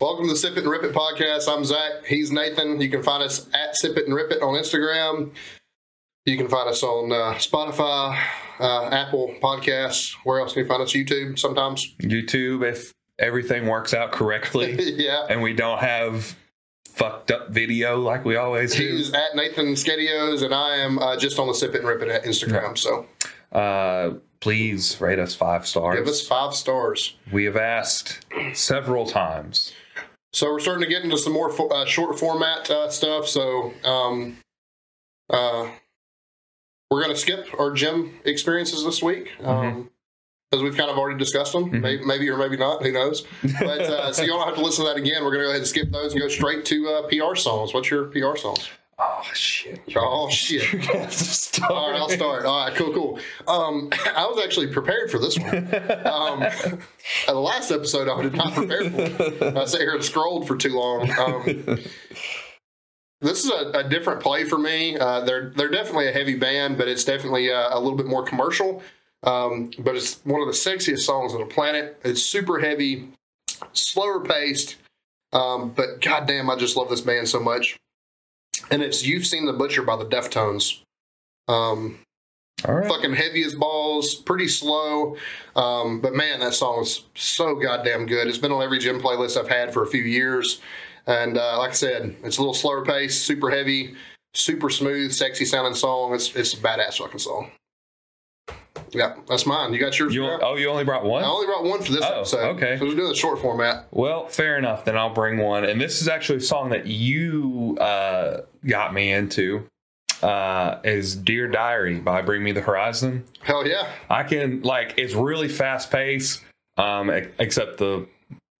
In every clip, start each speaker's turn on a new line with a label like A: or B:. A: Welcome to the Sip It and Rip It podcast. I'm Zach. He's Nathan. You can find us at Sip It and Rip It on Instagram. You can find us on uh, Spotify, uh, Apple Podcasts. Where else can you find us? YouTube sometimes.
B: YouTube if everything works out correctly
A: yeah.
B: and we don't have fucked up video like we always do.
A: He's at Nathan Skedios, and I am uh, just on the Sip It and Rip It at Instagram. So
B: Uh, please rate us five stars.
A: give us five stars.
B: we have asked several times.
A: So we're starting to get into some more fo- uh, short format uh, stuff. So um, uh, we're going to skip our gym experiences this week because we've kind of already discussed them,
B: Mhm.
A: maybe, maybe or maybe not. Who knows? But uh, so y'all don't have to listen to that again. We're going to go ahead and skip those and go straight to uh, PR songs. What's your PR songs?
B: Oh shit!
A: Oh shit.
B: You guys are starting.
A: All right, I'll start. All right, cool, cool. Um, I was actually prepared for this one. Um, the last episode, I did not prepare for. I sat here and scrolled for too long. Um, this is a, a different play for me. Uh, they're they're definitely a heavy band, but it's definitely uh, a little bit more commercial. Um, but it's one of the sexiest songs on the planet. It's super heavy, slower paced, um, but goddamn, I just love this band so much. And it's "You've Seen the Butcher" by the Deftones. Um,
B: All right.
A: fucking heavy as balls, pretty slow. Um, but man, that song is so goddamn good. It's been on every gym playlist I've had for a few years. And uh, like I said, it's a little slower pace, super heavy, super smooth, sexy sounding song. It's it's a badass fucking song. Yeah, that's mine. You got yours.
B: You,
A: Brad?
B: oh, you only brought one.
A: I only brought one for this
B: Oh,
A: episode.
B: okay.
A: So we're doing the short format.
B: Well, fair enough. Then I'll bring one. And this is actually a song that you uh, got me into. Uh, is Dear Diary by Bring Me the Horizon.
A: Hell yeah.
B: I can like it's really fast paced, um, ex- except the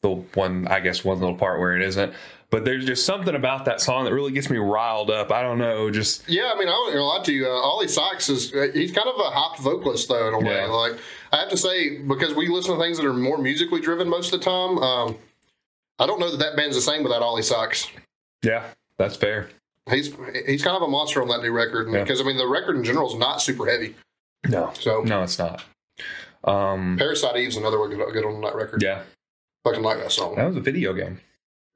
B: the one I guess one little part where it isn't. But there's just something about that song that really gets me riled up. I don't know, just
A: Yeah, I mean, I wasn't gonna lie to you. Uh, Ollie Sykes is uh, he's kind of a hopped vocalist though in a way.
B: Yeah.
A: Like I have to say, because we listen to things that are more musically driven most of the time. Um, I don't know that that band's the same without Ollie Sykes.
B: yeah, that's fair.
A: He's he's kind of a monster on that new record
B: Yeah.
A: because I mean the record in general is not super heavy.
B: No,
A: So
B: no, it's not. Um,
A: Parasite Eve's another one good, good on that record.
B: yeah,
A: Fucking like that song.
B: that was a video game.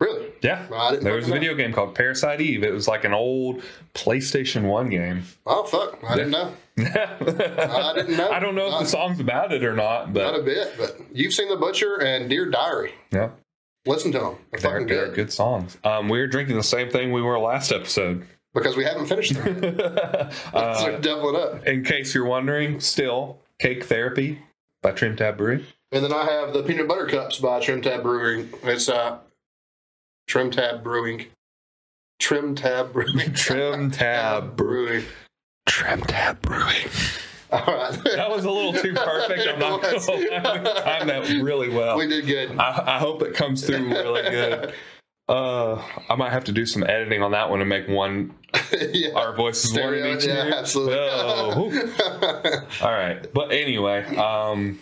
A: Really?
B: Yeah,
A: I didn't
B: there was a
A: fucking know.
B: video game called Parasite Eve. It was like an old PlayStation One game.
A: Oh fuck! I didn't know.
B: I
A: didn't know.
B: I don't know if
A: Not-
B: the song's about it or
A: Not
B: not, but
A: a bit. But you've seen The Butcher and Dear Diary.
B: yeah,
A: Listen to them. They're,
B: they're,
A: fucking
B: they're
A: good
B: good songs. Um, we were drinking the same thing we were last episode.
A: because we haven't finished them.
B: Uh,
A: so doubling up.
B: in case you're wondering, still Cake Therapy by Trim Tab Brewery.
A: And then I have the peanut butter cups by Trim Tab Brewing. It's uh, Trim Tab Brewing, Trim Tab Brewing,
B: Trim Tab Brew.
A: Brewing.
B: Trim Tab Brewing.
A: All right,
B: That was a little too perfect. I'm not
A: It
B: going
A: was.
B: to time that really well.
A: we did good.
B: I, I hope it comes through really good. Uh, I might have to do some editing on that one and make one
A: yeah.
B: our voices one
A: Stereo,
B: in each
A: yeah,
B: ear.
A: absolutely.
B: Oh, whew. all right. But anyway, um,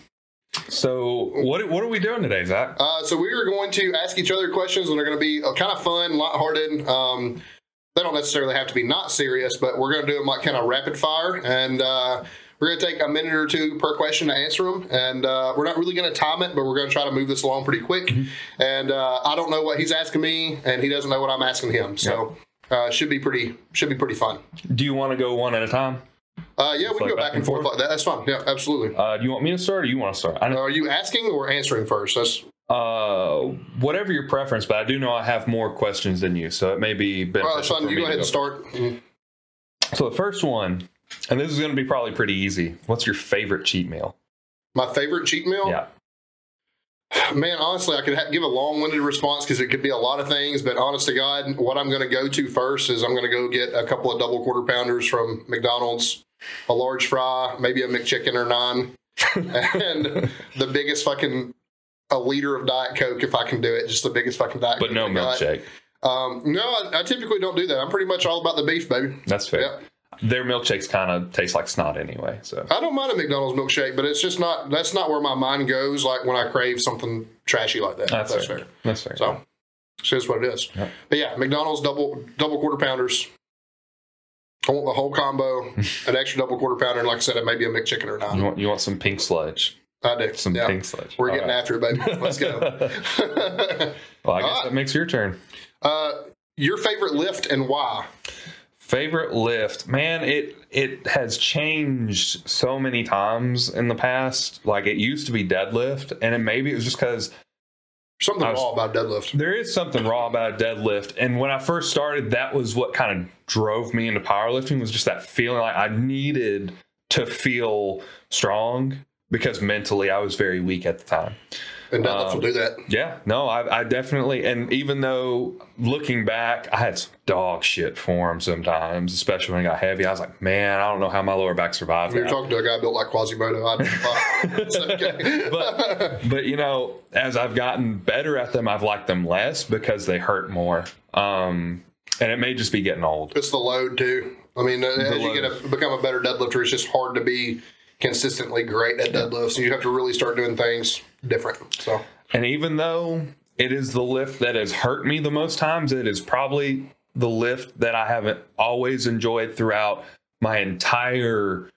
B: so what what are we doing today, Zach?
A: Uh, so we are going to ask each other questions, and they're going to be uh, kind of fun, lighthearted. Um, they don't necessarily have to be not serious, but we're going to do them like kind of rapid fire, and uh, we're going to take a minute or two per question to answer them. And uh, we're not really going to time it, but we're going to try to move this along pretty quick.
B: Mm-hmm.
A: And uh, I don't know what he's asking me, and he doesn't know what I'm asking him, so. Uh, should be pretty should be pretty fun.
B: Do you want to go one at a time?
A: Uh, yeah, we can
B: Like
A: go back and forth like that. That's fun. Yeah, absolutely.
B: Uh, do you want me to start or you want to start? I know
A: Are you asking or answering first? That's
B: Uh, whatever your preference, but I do know I have more questions than you, so it may be
A: well, that's
B: beneficial
A: uh, fun.
B: for
A: You
B: me
A: go ahead
B: to
A: and
B: go.
A: start. Mm.
B: So the first one, and this is going to be probably pretty easy. What's your favorite cheat meal?
A: My favorite cheat meal.
B: Yeah,
A: Man, honestly, I could ha- give a long-winded response because it could be a lot of things. But honest to God, what I'm going to go to first is I'm going to go get a couple of double quarter pounders from McDonald's, a large fry, maybe a McChicken or nine, and the biggest fucking a liter of Diet Coke if I can do it. Just the biggest fucking Diet
B: but
A: Coke.
B: no
A: I got.
B: milkshake.
A: Um, no, I, I typically don't do that. I'm pretty much all about the beef, baby.
B: That's fair.
A: Yep.
B: Their milkshakes kind of taste like snot anyway. So
A: I don't mind a McDonald's milkshake, but it's just not. That's not where my mind goes. Like when I crave something trashy like that.
B: that's, fair. That's fair.
A: So it's just what it is.
B: Yeah.
A: But yeah, McDonald's double double quarter pounders. I want the whole combo, an extra double quarter pounder, and like I said, it may be a McChicken or
B: you
A: not.
B: want you want some pink sludge?
A: I do.
B: Some
A: yeah.
B: pink sludge.
A: We're
B: All
A: getting
B: right.
A: after it, baby. Let's go.
B: Well, I guess
A: Ah.
B: that makes your turn.
A: uh, your favorite lift and why?
B: Favorite lift, man, it it has changed so many times in the past. Like it used to be deadlift, and it, maybe it was just because
A: Something
B: I was-
A: raw about deadlift.
B: there is something raw about a deadlift. And when I first started, that was what kind of drove me into powerlifting was just that feeling like I needed to feel strong because mentally I was very weak at the time.
A: And deadlift
B: Um,
A: will do that.
B: Yeah, no, I, I definitely, and even though looking back, I had some dog shit form sometimes, especially when I got heavy. I was like, man, I don't know how my lower back survived.
A: You're
B: that."
A: talking to a guy built like Quasimodo. I it's okay.
B: But- but you know, as I've gotten better at them, I've liked them less because they hurt more. Um, and it may just be getting old.
A: it's the load too. I mean, as you
B: load.
A: get a, become a better deadlifter, it's just hard to be consistently great at deadlifts. You have to really start doing things different. So
B: And even though it is the lift that has hurt me the most times, it is probably the lift that I haven't always enjoyed throughout my entire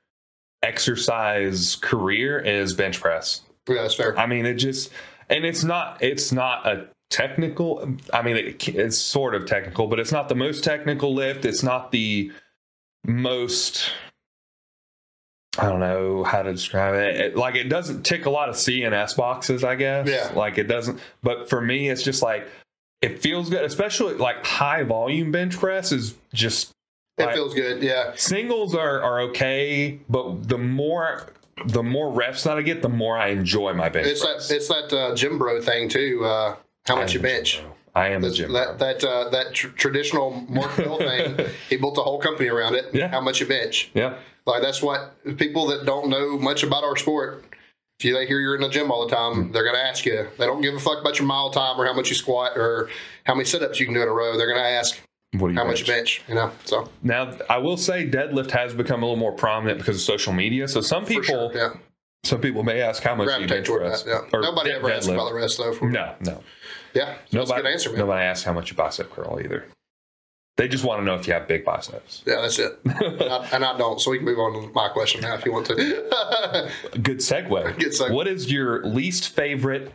B: exercise career is bench press.
A: yeah, that's fair.
B: I mean, it just and it's not it's not a technical. I mean, it, it's sort of technical, but it's not the most technical lift. It's not the most. I don't know how to describe it. It- Like it doesn't tick a lot of CNS boxes, I guess.
A: Yeah.
B: Like it doesn't. But for me, it's just like it feels good, especially like high volume bench press is just
A: It feels good. Yeah.
B: singles are are okay, but the more the more reps that I get, the more I enjoy my bench
A: It's
B: press.
A: that it's that uh, gym bro thing too. Uh, how
B: I am
A: much you
B: a gym
A: bench?
B: bro. I am a gym.
A: That
B: bro.
A: that uh, that tr- traditional Mark Bill thing. He built a whole company around it.
B: Yeah.
A: How much you bench?
B: yeah,
A: Like that's what people that don't know much about our sport. If you, they hear you're in the gym all the
B: Hmm.
A: time, they're going to ask you. They don't give a fuck about your mile time or how much you squat or how many sit-ups you can do in a row. They're going to ask
B: what do you
A: how much
B: bench?
A: you bench. You know, so
B: Now, I will say deadlift has become a little more prominent because of social media. So some
A: for
B: people,
A: sure, yeah,
B: some people may ask how much you
A: gravitate
B: bench
A: toward
B: press.
A: that. Yeah.
B: or
A: Nobody
B: de-
A: ever asks
B: deadlift.
A: about the rest though. For,
B: No, no,
A: Yeah, so that's a
B: nobody.
A: good answer, man.
B: nobody asks how much you bicep curl either. They just want to know if you have big biceps.
A: Yeah, that's it. and, I, and I don't, so we can move on to my question now if you want to.
B: Good segue.
A: Good segue.
B: What is your least favorite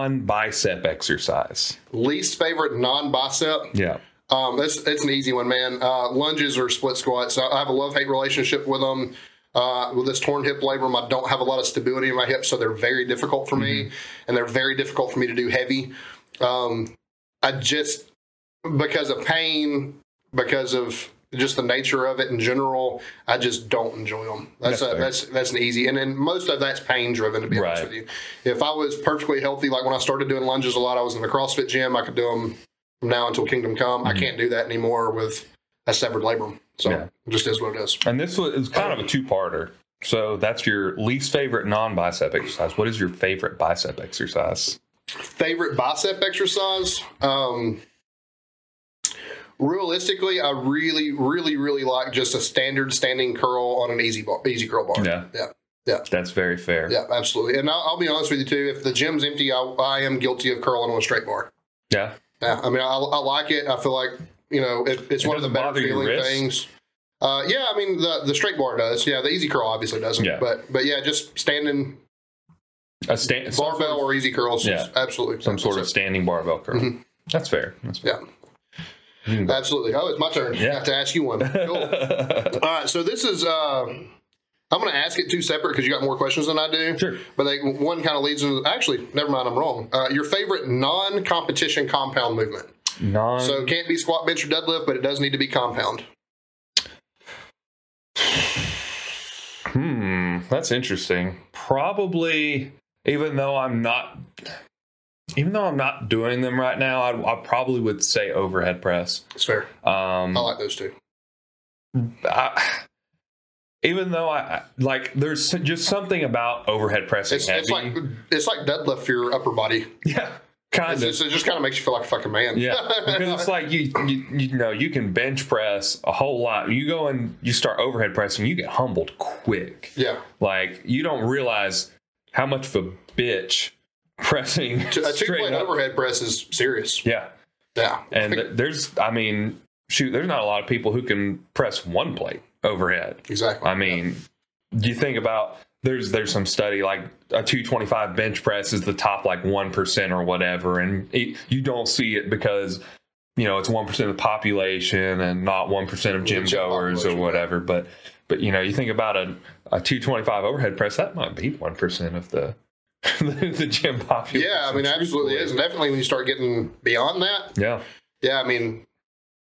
B: non-bicep exercise?
A: Least favorite non-bicep.
B: Yeah.
A: Um, that's it's an easy one, man. Uh, lunges or split squats. I I have a love hate relationship with them. Uh, with this torn hip labrum, I don't have a lot of stability in my hips, so they're very difficult for me,
B: Mm-hmm.
A: and they're very difficult for me to do heavy. Um, I just because of pain, because of just the nature of it in general, I just don't enjoy them. That's
B: That's
A: a,
B: fair.
A: that's that's an easy, and then most of that's pain driven. To be honest
B: Right.
A: with you, if I was perfectly healthy, like when I started doing lunges a lot, I was in a CrossFit gym. I could do them from now until kingdom come. I can't do that anymore with a severed labrum. So
B: Mm-hmm. Yeah.
A: it just is what it is.
B: And this was, it was kind of a two-parter. So that's your least favorite non-bicep exercise. What is your favorite bicep exercise?
A: Favorite bicep exercise? Um, realistically, I really, really, really like just a standard standing curl on an easy bar, easy curl bar.
B: Yeah.
A: Yeah.
B: That's very fair.
A: Yeah, absolutely. And I'll, I'll be honest with you too. If the gym's empty, I, I am guilty of curling on a straight bar.
B: Yeah.
A: Yeah, I mean, I, I like it. I feel like you know, it, it's
B: It
A: one of the
B: doesn't
A: better
B: bother your
A: feeling
B: wrist?
A: things. Uh, yeah, I mean, the the straight bar does. Yeah, the easy curl obviously doesn't.
B: Yeah.
A: But but yeah, just standing
B: A stand, some,
A: barbell or easy curls.
B: Yeah.
A: absolutely.
B: some sort of standing barbell curl.
A: Mm-hmm.
B: That's fair. That's fair.
A: Yeah. Absolutely. Oh, it's my turn.
B: Hmm. Yeah.
A: I have to ask you one. Cool. All right. So this is. Uh, I'm going to ask it two separate because you got more questions than I do.
B: Sure.
A: But like one kind of leads into actually, never mind. I'm wrong. Uh, your favorite non-competition compound movement.
B: Non.
A: So it can't be squat, bench, or deadlift, but it does need to be compound.
B: hmm. That's interesting. Probably, even though I'm not, even though I'm not doing them right now, I, I probably would say overhead press.
A: It's fair.
B: Um,
A: I like those two. Oh.
B: I, even though I like, there's just something about overhead pressing
A: It's,
B: heavy.
A: it's like it's like deadlift for your upper body.
B: yeah, kind
A: It's
B: of.
A: just, it just kind of makes you feel like a fucking man.
B: Yeah, because it's like you, you you know you can bench press a whole lot. You go and you start overhead pressing, you get humbled quick.
A: yeah.
B: Like you don't realize how much of a bitch pressing
A: T- A two
B: straight
A: plate
B: up.
A: overhead press is serious.
B: Yeah,
A: Yeah.
B: and th- there's I mean shoot, there's not a lot of people who can press one plate overhead.
A: Exactly.
B: I mean, you think about there's there's some study like a 225 bench press is the top like 1% or whatever and it, you don't see it because you know it's 1% of the population and not 1% of gym
A: Which
B: goers or
A: population,
B: whatever but but you know you think about a, a 225 overhead press that might be 1% of the the gym population
A: Yeah, I mean, absolutely is. And definitely when you start getting beyond that,
B: yeah
A: yeah, I mean,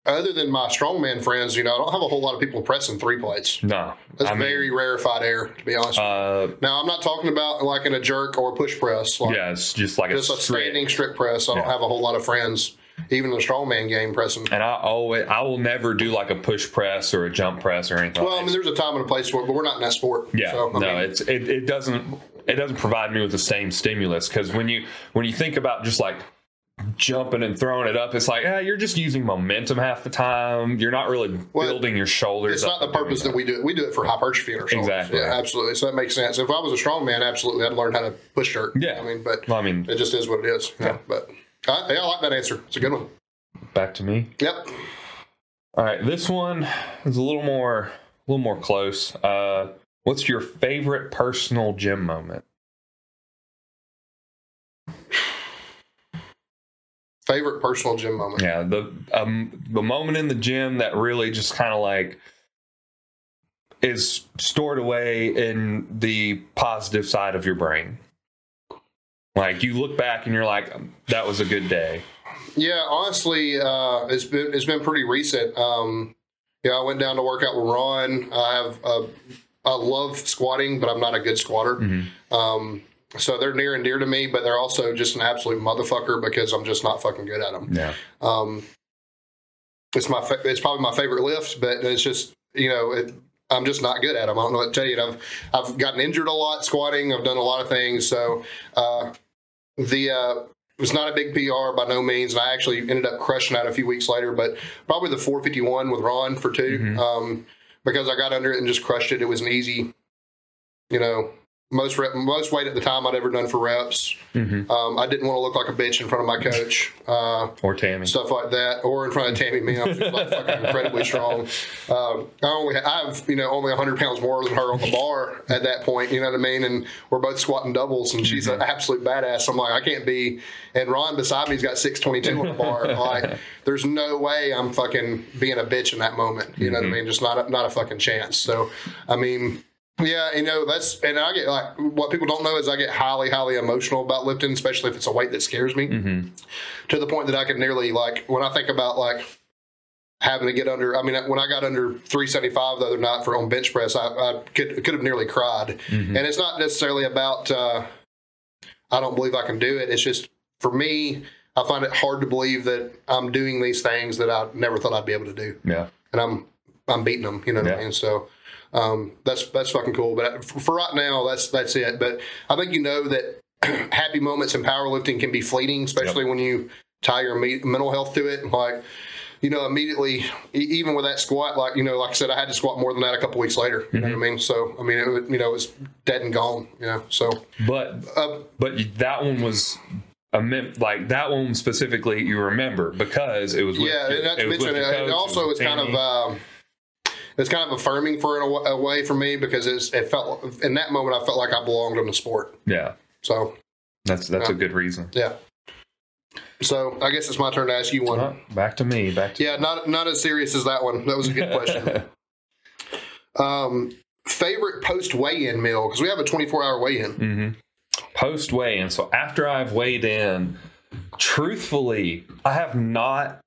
A: other than my strongman friends, you know, I don't have a whole lot of people pressing three plates.
B: no
A: That's
B: I mean,
A: very rarefied air, to be honest.
B: uh
A: now, I'm not talking about like in a jerk or push press, like
B: yeah it's just like
A: just a
B: straight-
A: standing strict press. I don't
B: Yeah.
A: have a whole lot of friends, even in the strongman game pressing.
B: and I always I will never do like a push press or a jump press or anything.
A: Well, I
B: like
A: mean, there's a time and a place for it, but we're not in that sport.
B: Yeah,
A: So, I
B: no,
A: mean,
B: it's it, it doesn't it doesn't provide me with the same stimulus because when you when you think about just like jumping and throwing it up, it's like yeah, you're just using momentum half the time. You're not really
A: Well,
B: building your shoulders.
A: it's
B: up
A: not the
B: and doing
A: purpose that we do it. We do it for hypertrophy in our shoulders.
B: Exactly.
A: Yeah, absolutely. So that makes sense. If I was a strongman, absolutely, I'd learn how to push jerk.
B: Yeah.
A: I mean, but
B: Well, I mean,
A: it just is what it is. Yeah.
B: Yeah.
A: But I, yeah, I like that answer. It's a good one.
B: back to me.
A: Yep.
B: All right, this one is a little more a little more close. Uh, what's your favorite personal gym moment?
A: Favorite personal gym moment.
B: Yeah, the um the moment in the gym that really just kind of like is stored away in the positive side of your brain. Like you look back and you're like, um, that was a good day.
A: Yeah, honestly, uh, it's been it's been pretty recent. Um, yeah, I went down to work out with Ron. I have a, I love squatting, but I'm not a good squatter. Um, so they're near and dear to me, but they're also just an absolute motherfucker because I'm just not fucking good at them.
B: Yeah,
A: Um, it's my fa- it's probably my favorite lift, but it's just you know it, I'm just not good at them. I don't know what to tell you. And I've I've gotten injured a lot squatting. I've done a lot of things. So uh, the uh, it was not a big PR by no means, and I actually ended up crushing that a few weeks later. But probably the 451 with Ron for 2
B: Mhm.
A: um, because I got under it and just crushed it. It was an easy, you know. Most rep, most weight at the time I'd ever done for reps.
B: hmm
A: Um, I didn't want to look like a bitch in front of my coach. Uh,
B: or Tammy.
A: stuff like that, or in front of Tammy Mann, who's like fucking incredibly strong. Um, I only I have you know only 100 pounds more than her on the bar at that point. You know what I mean? And we're both squatting doubles, and she's an absolute badass. I'm like, I can't be. And Ron beside me's got 622 on the bar. Like, there's no way I'm fucking being a bitch in that moment. You know what I mean? Just not a, not a fucking chance. So, I mean. Yeah, you know that's, and I get like what people don't know is I get highly, highly emotional about lifting, especially if it's a weight that scares me
B: Mhm.
A: to the point that I could nearly like when I think about like having to get under. I mean, when I got under 375 the other night for on bench press, I, I could could have nearly cried.
B: Mhm.
A: And it's not necessarily about uh, I don't believe I can do it. It's just for me, I find it hard to believe that I'm doing these things that I never thought I'd be able to do,
B: Yeah,
A: and I'm I'm beating them. You know what I
B: Yeah.
A: mean? So. Um, that's that's fucking cool, but for, for right now, that's that's it. But I think you know that happy moments in powerlifting can be fleeting, especially when you tie your me- mental health to it. Like, you know, immediately, e- even with that squat, like, you know, like I said, I had to squat more than that a couple weeks later. You know what I mean? So, I mean, it, was- you know, it was dead and gone, you know. So,
B: but
A: uh,
B: but you- that one was. A mem- like that one specifically, you remember because it was with
A: yeah,
B: your-
A: and not
B: it
A: to
B: was with
A: mention,
B: your coach,
A: it,
B: it
A: it also
B: was
A: is kind of,
B: Tammy.
A: um, it's kind of affirming for in a, wa- a way for me because it's, it felt in that moment I felt like I belonged in the sport.
B: yeah.
A: So
B: That's that's a good reason.
A: yeah. So I guess it's my turn to ask you one.
B: Well, back to me. Back to
A: Yeah, not not as serious as that one. That was a good question. um, favorite post weigh in meal because we have a 24 hour weigh in.
B: hmm Post weigh in. So after I've weighed in, truthfully, I have not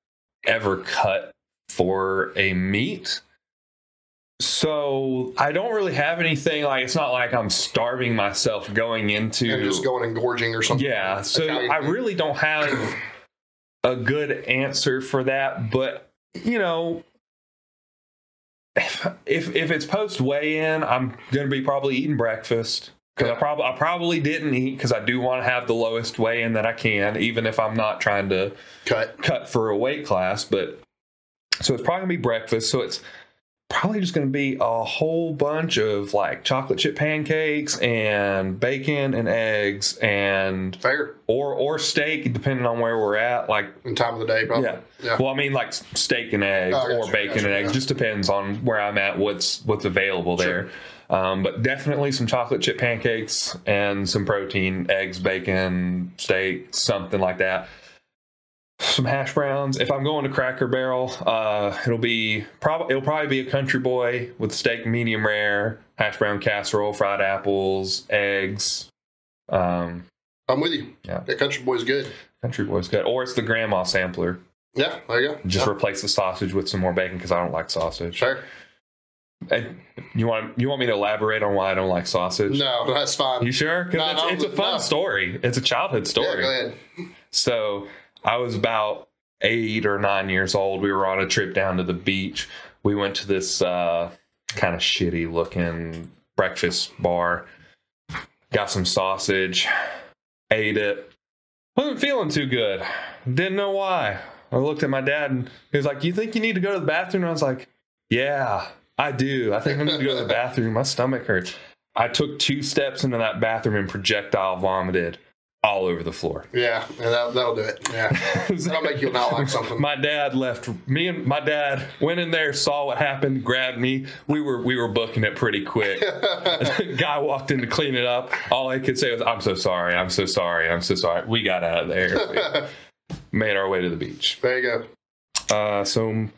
B: ever cut for a meat. So I don't really have anything like it's not like I'm starving myself going into
A: And just going and gorging or something.
B: Yeah. So
A: Italian
B: I
A: food.
B: really don't have a good answer for that, but you know, if if, if it's post weigh in, I'm gonna be probably eating breakfast because I probably I probably didn't eat because I do want to have the lowest weigh in that I can, even if I'm not trying to
A: cut.
B: cut for a weight class, but so it's probably gonna be breakfast. So it's probably just going to be a whole bunch of like chocolate chip pancakes and bacon and eggs and
A: Fair.
B: or or steak depending on where we're at like
A: And time of the day, probably.
B: yeah. Well, I mean, like steak and eggs
A: Oh, I
B: or
A: gotcha,
B: bacon
A: gotcha,
B: and eggs.
A: yeah.
B: Just depends on where I'm at, what's what's available there. Um, but definitely some chocolate chip pancakes and some protein, eggs, bacon, steak, something like that. Some hash browns. If I'm going to Cracker Barrel, uh, it'll be probably it'll probably be a Country Boy with steak, medium rare, hash brown casserole, fried apples, eggs. Um,
A: I'm with you.
B: Yeah.
A: That country boy's good.
B: Country Boy's good, or it's the Grandma sampler.
A: Yeah, there you go.
B: just
A: yeah.
B: replace the sausage with some more bacon because I don't like sausage.
A: Fair.
B: And you want you want me to elaborate on why I don't like sausage?
A: No, that's fine.
B: You sure? 'Cause
A: No,
B: it's,
A: no,
B: it's a fun
A: no.
B: story. It's a childhood
A: yeah,
B: story.
A: go ahead.
B: So I was about eight or nine years old. We were on a trip down to the beach. We went to this uh, kind of shitty looking breakfast bar, got some sausage, ate it. Wasn't feeling too good. Didn't know why. I looked at my dad and he was like, You think you need to go to the bathroom? And I was like, Yeah, I do. I think I need to go to the bathroom. My stomach hurts. I took two steps into that bathroom and projectile vomited all over the floor.
A: Yeah, yeah that, that'll do it. Yeah. That'll make you not like something.
B: my dad left me and my dad went in there saw what happened grabbed me we were we were booking it pretty quick guy walked in to clean it up all i could say was i'm so sorry i'm so sorry i'm so sorry we got out of there We made our way to the beach
A: there you go.
B: uh, so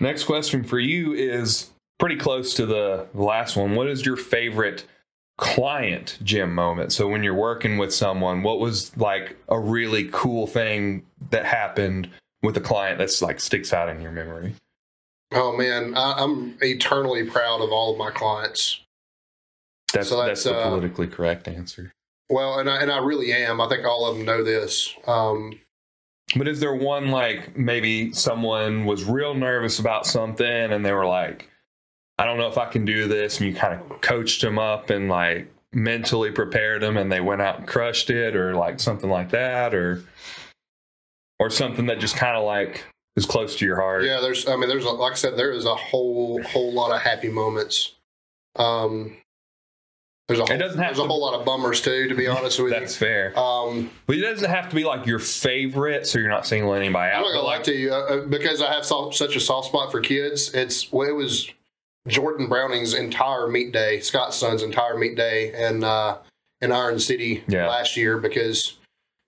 B: next question for you is pretty close to the last one what is your favorite client gym moment so when you're working with someone what was like a really cool thing that happened with a client that's like sticks out in your memory
A: Oh man, I, I'm eternally proud of all of my clients.
B: that's
A: So that's,
B: that's, the
A: uh,
B: politically correct answer
A: Well, and I and I really am. I think all of them know this. Um,
B: but is there one like maybe someone was real nervous about something and they were like i don't know if i can do this and you kind of coached them up and like mentally prepared them and they went out and crushed it or like something like that or or something that just kind of like is close to your heart
A: yeah, there's. I mean, there's. A, like I said, there is a whole whole lot of happy moments. Um, there's a whole,
B: doesn't have
A: there's a
B: to-
A: whole lot of bummers too. To be honest with
B: that's
A: you.
B: fair
A: Um,
B: but it doesn't have to be like your favorite so you're not singling anybody out
A: I'm not
B: but,
A: gonna lie
B: like
A: to you uh, uh, because I have so, such a soft spot for kids. It's well, it was Jordan Browning's entire meet day, Scott's son's entire meet day, and uh, in Iron City
B: Yeah.
A: last year because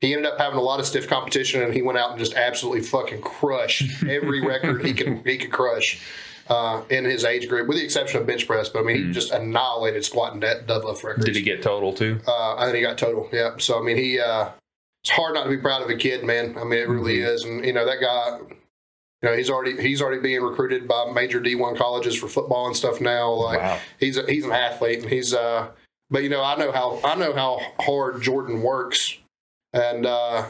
A: he ended up having a lot of stiff competition and he went out and just absolutely fucking crushed every record he could he could crush. Uh, in his age group, with the exception of bench press, but I mean, he just annihilated squat and dead- deadlift records.
B: Mm. did he get total too
A: Uh, and then he got total. Yeah. So I mean, he uh, it's hard not to be proud of a kid, man. I mean, it really is. And you know that guy, you know, he's already he's already being recruited by major D one colleges for football and stuff now. Like
B: Wow.
A: he's a, he's an athlete, and he's uh, but you know, I know how I know how hard Jordan works, and uh,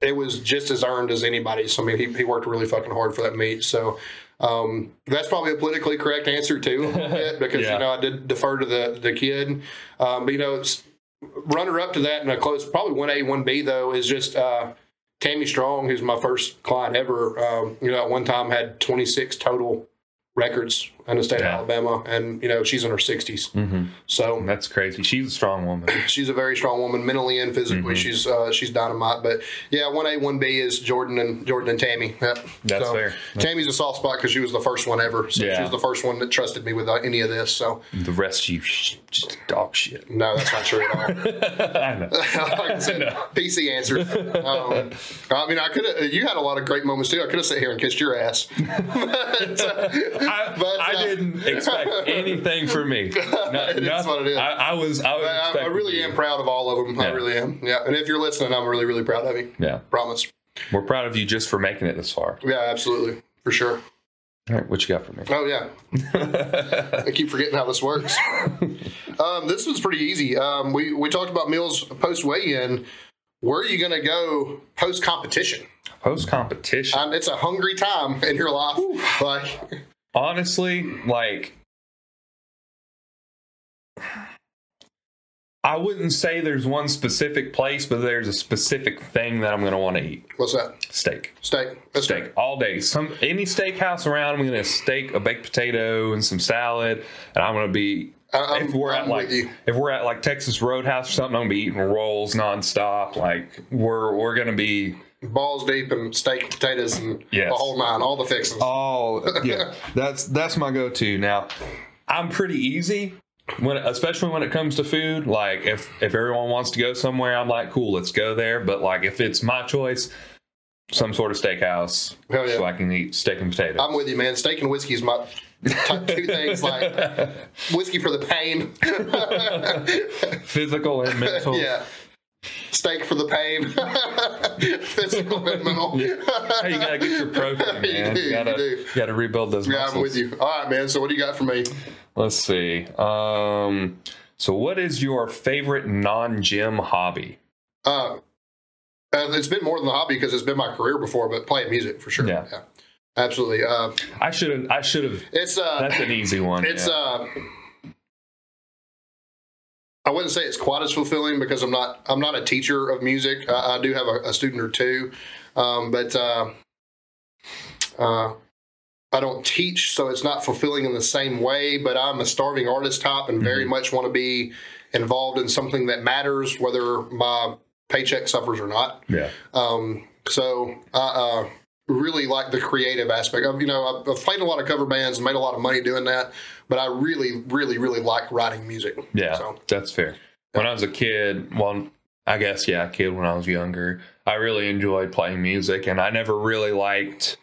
A: it was just as earned as anybody's. I mean, he, he worked really fucking hard for that meet. So um, that's probably a politically correct answer too, a little bit, because
B: Yeah.
A: you know I did defer to the the kid. Um, but you know, it's, runner up to that in a close, probably one A, one B though is just uh, Tammy Strong, who's my first client ever. Um, you know, at one time had 26 total records in the state
B: Yeah.
A: of Alabama, and you know she's in her 60s.
B: hmm
A: So
B: that's crazy she's a strong woman
A: she's a very strong woman mentally and physically.
B: Mhm.
A: She's uh, she's dynamite. But yeah, one A, one B is Jordan and Jordan and Tammy. Yep.
B: that's
A: So,
B: fair
A: Tammy's a soft spot because she was the first one ever. So
B: Yeah.
A: she was the first one that trusted me with uh, any of this. So
B: the rest of you sh- just dog shit
A: no, that's not true at all.
B: I know.
A: like I said, PC answer. Um, I mean, I could have. You had a lot of great moments too. I could have sat here and kissed your ass. but, uh,
B: I,
A: But,
B: I
A: uh,
B: didn't expect anything from me. No,
A: It is
B: nothing.
A: what it is. uh,
B: I, I was. I, was
A: I, Um, I
B: expecting
A: really
B: you.
A: am proud of all of them. I
B: Yeah.
A: really am. Yeah. And if you're listening, I'm really, really proud of you.
B: Yeah,
A: Promise.
B: we're proud of you just for making it this far.
A: Yeah, absolutely. For sure.
B: All right, what you got for me?
A: Oh, yeah. I keep forgetting how this works. um, this was pretty easy. Um, we, we talked about meals post weigh in. Where are you going to go post competition?
B: Post competition.
A: Um, it's a hungry time in your life. Like,
B: honestly, like I wouldn't say there's one specific place, but there's a specific thing that I'm going to want to eat.
A: What's that?
B: Steak.
A: Steak. That's
B: steak
A: great.
B: all day. Some any steakhouse around, I'm gonna steak a baked potato and some salad, and I'm gonna be.
A: I- I'm-
B: if we're at
A: I'm
B: like
A: with you.
B: if we're at like Texas Roadhouse or something, I'm gonna be eating rolls nonstop. Like we're we're gonna be
A: Balls deep and steak, potatoes, and
B: Yes.
A: the whole nine, all the fixings.
B: all yeah. that's that's my go-to. Now I'm pretty easy when especially when it comes to food. Like if if everyone wants to go somewhere, I'm like cool, let's go there. But like if it's my choice, some sort of steakhouse,
A: Hell yeah.
B: so I can eat steak and potato.
A: I'm with you, man. Steak and whiskey is my top two things. Like whiskey for the pain.
B: physical and mental.
A: yeah. Steak for the pain. Physical and mental.
B: Hey, you gotta get your protein,
A: You
B: man.
A: do,
B: You,
A: you
B: gotta,
A: do.
B: you gotta rebuild those
A: Yeah,
B: muscles.
A: I'm with you. All right, man. So what do you got for me?
B: Let's see. Um, so, what is your favorite non-gym hobby?
A: Uh, uh, it's been more than a hobby because it's been my career before, but playing music for sure.
B: Yeah.
A: Absolutely. Uh,
B: I should have. I should have.
A: it's uh,
B: That's an easy one.
A: It's
B: yeah.
A: uh I wouldn't say it's quite as fulfilling because I'm not I'm not a teacher of music. I, I do have a, a student or two, um, but uh, uh, I don't teach, so it's not fulfilling in the same way. But I'm a starving artist type and
B: Mm-hmm.
A: very much want to be involved in something that matters, whether my paycheck suffers or not.
B: yeah.
A: Um, so I uh, really like the creative aspect. I've, you know, I've, I've played in a lot of cover bands and made a lot of money doing that, but I really, really, really like writing music.
B: Yeah,
A: So
B: that's fair. When I was a kid, well, I guess yeah, a kid when I was younger, I really enjoyed playing music, and I never really liked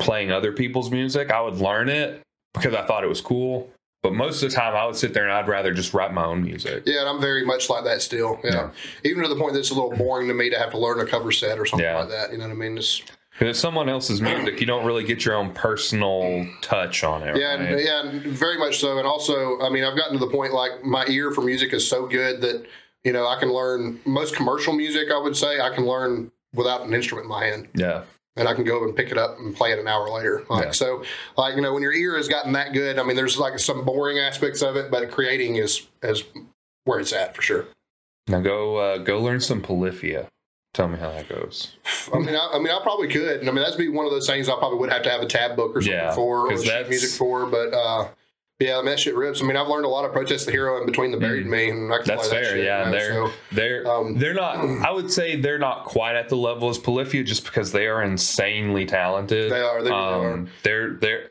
B: playing other people's music. I would learn it because I thought it was cool, but most of the time, I would sit there and I'd rather just write my own music.
A: yeah, and I'm very much like that still. Yeah.
B: Yeah.
A: Even to the point that it's a little boring to me to have to learn a cover set or something
B: Yeah.
A: like that. You know what I mean? It's,
B: Because it's someone else's music, you don't really get your own personal touch on it.
A: yeah,
B: right?
A: and, yeah, and very much so. And also, I mean, I've gotten to the point like my ear for music is so good that you know I can learn most commercial music. I would say I can learn without an instrument in my hand.
B: yeah,
A: and I can go and pick it up and play it an hour later. Like
B: Yeah.
A: so, like you know, when your ear has gotten that good, I mean, there's like some boring aspects of it, but creating is is where it's at for sure.
B: Now go uh, go learn some polyphia. Tell me how that goes.
A: I mean, I, I mean, I probably could, and I mean, that'd be one of those things I probably would have to have a tab book or something
B: Yeah,
A: for, or
B: 'cause
A: sheet
B: that's-
A: music for, but. uh yeah, I mean, that shit rips. I mean, I've learned a lot of Protest the Hero and Between the Buried Me, and I can
B: Hmm. That's
A: play that
B: fair.
A: shit,
B: yeah,
A: you know,
B: they're
A: so-
B: they're
A: um,
B: they're not. I would say they're not quite at the level as Polyphia, just because they are insanely talented. Um,
A: They are, they really are.
B: They're they're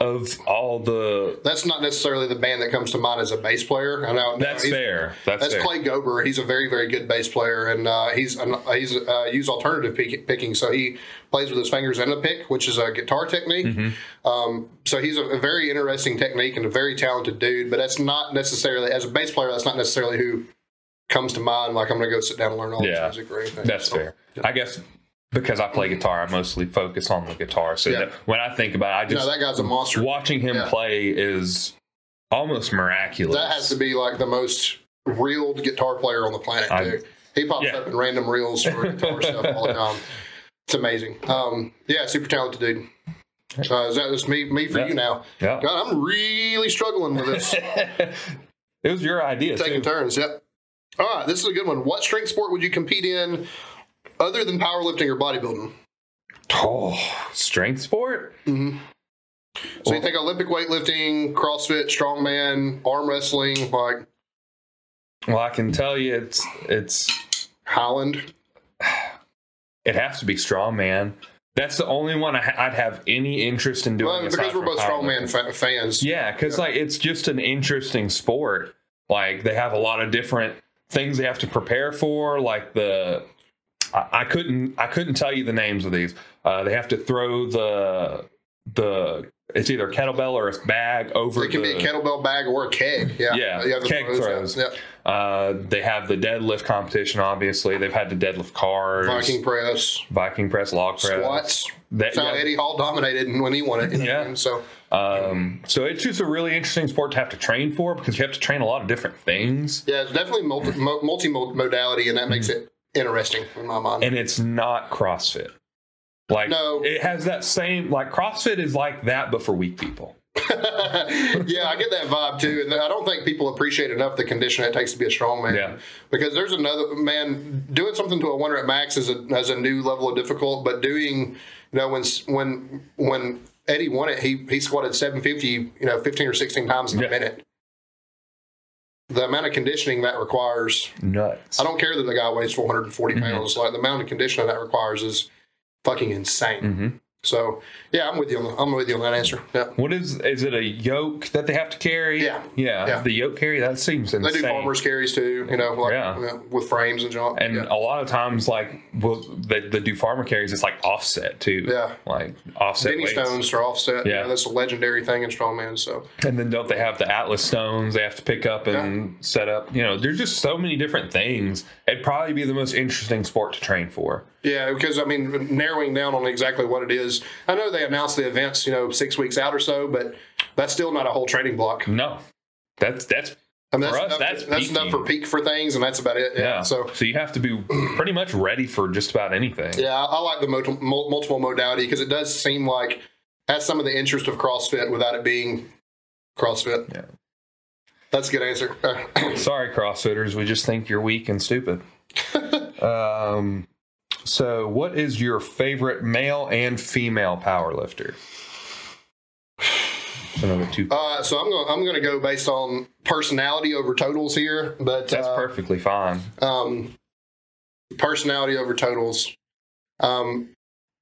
B: of all the.
A: that's not necessarily the band that comes to mind as a bass player. I know
B: That's
A: he's-
B: fair. That's,
A: That's
B: fair.
A: Clay Gober. He's a very, very good bass player, and uh, he's he's uh, used alternative pick, picking. So he plays with his fingers and a pick, which is a guitar technique.
B: Mm-hmm.
A: Um, so he's a, a very interesting technique and a very talented dude. But that's not necessarily as a bass player. That's not necessarily who comes to mind. Like I'm going to go sit down and learn all
B: Yeah.
A: this music or anything.
B: That's
A: So,
B: fair. I guess because I play guitar, I mostly focus on the guitar. So
A: Yeah.
B: that when I think about, it, I
A: You know
B: just
A: that guy's a monster.
B: watching him
A: Yeah.
B: play is almost miraculous.
A: That has to be like the most reeled guitar player on the planet.
B: I-
A: Dude. He pops
B: Yeah.
A: up in random reels for guitar stuff all the time. It's amazing. Um, yeah, super talented dude. Uh, is that just me? Me for
B: Yeah.
A: you now?
B: Yeah.
A: God, I'm really struggling with this.
B: it was your idea.
A: Taking
B: Too.
A: turns. Yep. All right, this is a good one. What strength sport would you compete in other than powerlifting or bodybuilding?
B: Oh, strength sport?
A: So you think Olympic weightlifting, CrossFit, strongman, arm wrestling, like
B: Well, I can tell you, it's it's
A: Highland.
B: it has to be strongman. That's the only one I ha- I'd have any interest in doing.
A: Well,
B: aside
A: because we're
B: from
A: both
B: powerlifting.
A: strongman fa- fans.
B: Yeah, because like it's just an interesting sport. Like they have a lot of different things they have to prepare for. Like the I, I couldn't I couldn't tell you the names of these. Uh, they have to throw the the it's either a kettlebell or a bag over.
A: It can
B: the,
A: be a kettlebell bag or a keg. Yeah.
B: Uh, Yeah,
A: You have the
B: keg throws.
A: Yeah.
B: Uh, they have the deadlift competition. Obviously, they've had the deadlift cars,
A: Viking press,
B: Viking press, log press,
A: squats.
B: That-
A: That's how
B: yeah.
A: Eddie Hall dominated when he won it. you know what I
B: Yeah.
A: mean? So
B: Um, so it's just a really interesting sport to have to train for because you have to train a lot of different things,
A: yeah, it's definitely multi mo- multimodality, and that makes it interesting in my mind.
B: and it's not CrossFit. Like
A: No.
B: it has that same like CrossFit is like that, but for weak people.
A: yeah, I get that vibe too, and I don't think people appreciate enough the condition it takes to be a strong man.
B: Yeah.
A: Because there's another man doing something to a one rep max is a, is a new level of difficult, but doing you know when when when Eddie won it, he he squatted 750, you know, 15 or 16 times in
B: Yeah.
A: a minute. The amount of conditioning that requires
B: Nuts.
A: I don't care that the guy weighs 440
B: Mm-hmm.
A: pounds. Like the amount of conditioning that requires is fucking insane.
B: Mhm.
A: So yeah, I'm with you. On, I'm with you on that answer. Yeah,
B: What is is it a yoke that they have to carry?
A: Yeah.
B: Yeah.
A: Yeah.
B: The yoke carry, that seems
A: they
B: insane.
A: do farmers carries too. You know, like
B: Yeah.
A: you know, with frames and junk.
B: and
A: yeah.
B: a lot of times like well they, they do farmer carries it's like offset too.
A: Yeah.
B: Like offset
A: Benny
B: weights.
A: stones are offset.
B: Yeah.
A: Yeah, that's a legendary thing in strongman. So
B: And then don't they have the Atlas stones they have to pick up and set up? You know, there's just so many different things. It'd probably be the most interesting sport to train for.
A: yeah, because I mean, narrowing down on exactly what it is. I know they announced the events, you know, six weeks out or so, but that's still not a whole training block.
B: No. That's that's
A: I mean, that's
B: For us,
A: enough,
B: that's
A: that's enough
B: peaking.
A: for peak for things, and that's about it.
B: yeah.
A: yeah. So
B: you have to be pretty much ready for just about anything.
A: Yeah, I I like the multi- mul- multiple modality because it does seem like has some of the interest of CrossFit without it being CrossFit.
B: Yeah.
A: That's a good answer.
B: Sorry, CrossFitters, we just think you're weak and stupid. um, so, what is your favorite male and female powerlifter? It's Another two.
A: uh, so I'm going I'm going to go based on personality over totals here, but
B: That's
A: uh,
B: perfectly fine.
A: um, personality over totals. Um,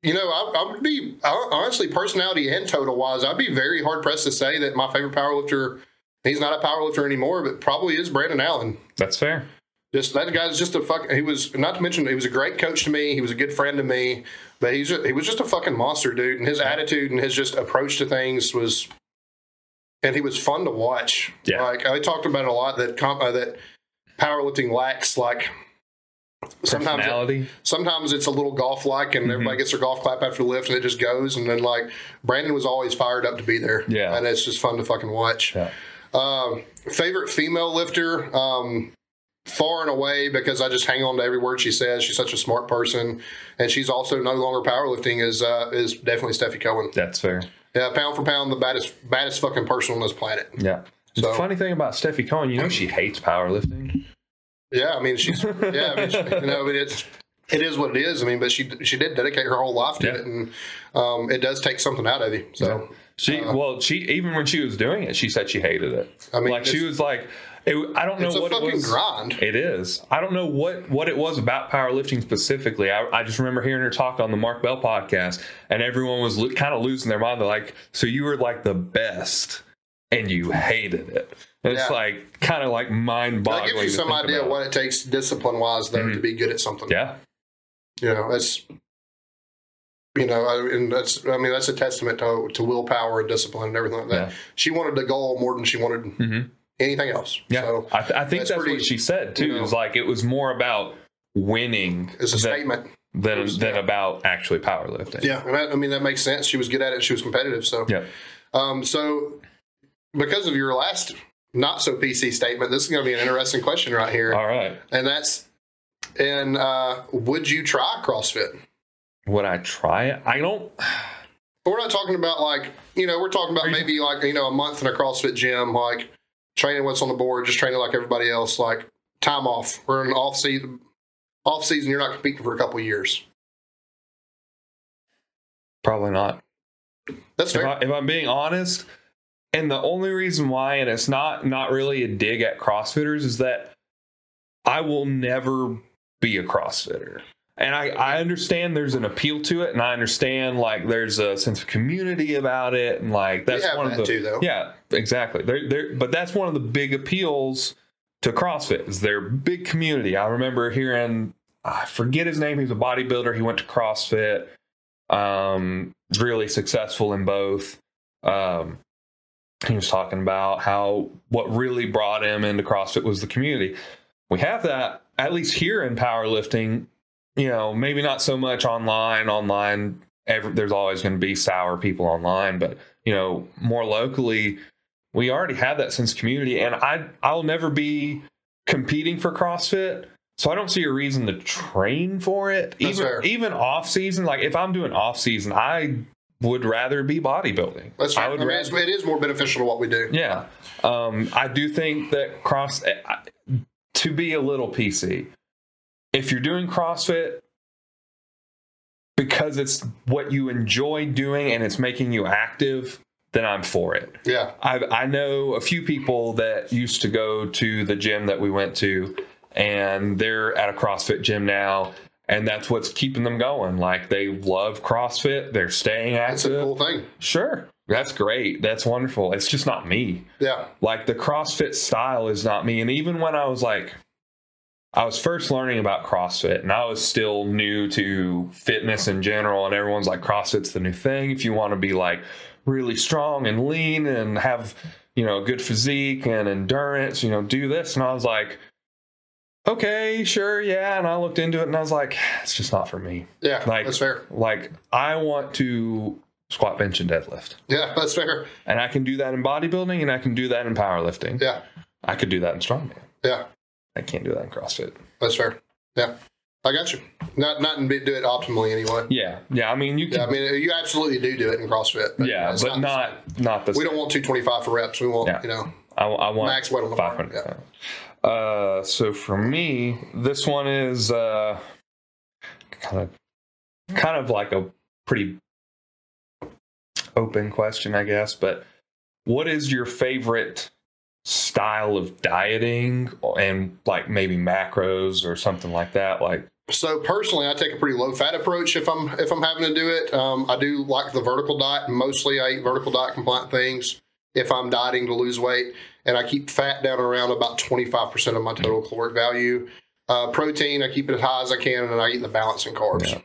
A: you know, I, I would be I- honestly personality and total wise, I'd be very hard pressed to say that my favorite powerlifter. He's not a powerlifter anymore, but probably is Brandon Allen.
B: That's fair.
A: Just that guy's just a fuck. He was not to mention he was a great coach to me. He was a good friend to me, but he's ju- he was just a fucking monster, dude. And his attitude and his just approach to things was, and he was fun to watch.
B: Yeah.
A: like I talked about it a lot that comp, uh, that powerlifting lacks like sometimes it-
B: Personality.
A: sometimes it's a little golf like, and
B: Mm-hmm.
A: everybody gets their golf clap after the lift, and it just goes. And then like Brandon was always fired up to be there.
B: Yeah.
A: and it's just fun to fucking watch.
B: Yeah.
A: Um, favorite female lifter, um, far and away, because I just hang on to every word she says. She's such a smart person, and she's also no longer powerlifting. Is uh, is definitely Steffi Cohen.
B: That's fair.
A: Yeah, pound for pound, the baddest baddest fucking person on this planet.
B: Yeah. the
A: So-
B: funny thing about Steffi Cohen, you know, she hates powerlifting.
A: Yeah, I mean she's yeah, I mean she, you know, I mean, it's it is what it is. I mean, but she she did dedicate her whole life to
B: Yeah.
A: it, and um, it does take something out of you. So
B: She well, she even when she was doing it, she said she hated it.
A: Uh-huh. I mean,
B: like she
A: it's-
B: was like, it, I don't know
A: it's a
B: what it
A: fucking
B: was.
A: grind.
B: It is. I don't know what what it was about powerlifting specifically. I, I just remember hearing her talk on the Mark Bell podcast, and everyone was lo- kind of losing their mind. They're like, "So you were like the best, and you hated it." And It's
A: Yeah.
B: like kind of like mind
A: That
B: boggling.
A: gives you some idea
B: about. Mm-hmm.
A: what it takes discipline wise though to be good at something.
B: Yeah,
A: you know that's you know I, and that's i mean that's a testament to, to willpower and discipline and everything like that
B: Yeah.
A: she wanted the goal more than she wanted
B: Mhm.
A: anything else
B: yeah.
A: so
B: I, th- I think
A: that's
B: that's,
A: pretty-
B: what she said too.
A: you know.
B: It was like it was more about winning
A: it's a
B: than-
A: statement
B: than
A: was-
B: than
A: yeah.
B: about actually powerlifting.
A: yeah and that, i mean that makes sense she was good at it she was competitive so
B: Yeah.
A: um so because of your last not so pc statement this is going to be an interesting question right here
B: All right.
A: and that's and uh would you try crossfit
B: Would I try it? I don't.
A: But we're not talking about like you know we're talking about
B: Are you-
A: maybe like you know a month in a CrossFit gym, like training what's on the board, just training like everybody else. Like time off. We're in off season. Off season, you're not competing for a couple years.
B: Probably not.
A: That's
B: if,
A: fair.
B: I, if I'm being honest, and the only reason why, and it's not not really a dig at CrossFitters, is that I will never be a CrossFitter. And I, I understand there's an appeal to it, and I understand like there's a sense of community about it, and like that's
A: we have
B: one
A: that
B: of the
A: too, though.
B: yeah exactly. There there, but that's one of the big appeals to CrossFit is their big community. I remember hearing I forget his name. He was a bodybuilder. He went to CrossFit. Um, really successful in both. Um, he was talking about how what really brought him into CrossFit was the community. We have that at least here in powerlifting. You know, maybe not so much online. Online, every, there's always going to be sour people online, but you know, more locally, we already have that sense of community. And I, I'll never be competing for CrossFit. So I don't see a reason to train for it.
A: That's
B: even
A: fair.
B: even off season, like if I'm doing off season, I would rather be bodybuilding.
A: That's
B: I
A: right. I
B: would
A: mean,
B: rather-
A: it's, it is more beneficial to what we do.
B: yeah. Um, I do think that cross, eh, I- to be a little PC, if you're doing CrossFit because it's what you enjoy doing and it's making you active, then I'm for it.
A: Yeah.
B: I, I know a few people that used to go to the gym that we went to, and they're at a CrossFit gym now, and that's what's keeping them going. Like they love CrossFit, they're staying
A: That's a
B: active.
A: cool thing.
B: Sure, that's great, that's wonderful. It's just not me.
A: Yeah.
B: Like the CrossFit style is not me. And even when I was like, I was first learning about CrossFit, and I was still new to fitness in general. And everyone's like, CrossFit's the new thing. If you want to be like really strong and lean and have, you know, good physique and endurance, you know, do this. And I was like, okay, sure, yeah. And I looked into it and I was like, it's just not for me.
A: Yeah.
B: Like-
A: that's fair.
B: Like, I want to squat, bench, and deadlift.
A: Yeah. That's fair.
B: And I can do that in bodybuilding and I can do that in powerlifting.
A: Yeah.
B: I could do that in strongman.
A: Yeah.
B: I can't do that in CrossFit.
A: That's fair. Yeah. I got you. Not not in- do it optimally anyway.
B: Yeah. Yeah. I mean, you
A: Yeah, I
B: can.
A: mean you absolutely do do it in CrossFit.
B: Yeah.
A: it's
B: but not, not the
A: We don't want 225 for reps. We want
B: Yeah.
A: you know
B: I, I want
A: max weight on the bar.
B: 500 pounds. Uh, so for me, this one is uh, kind of kind of like a pretty open question, I guess. But what is your favorite style of dieting, and like maybe macros or something like that? Like,
A: So personally, I take a pretty low fat approach if I'm if I'm having to do it. Um, I do like the vertical diet. Mostly, I eat vertical diet compliant things if I'm dieting to lose weight, and I keep fat down around about 25 percent of my total caloric value. Uh, protein, I keep it as high as I can, and I eat the balance in carbs.
B: Yeah.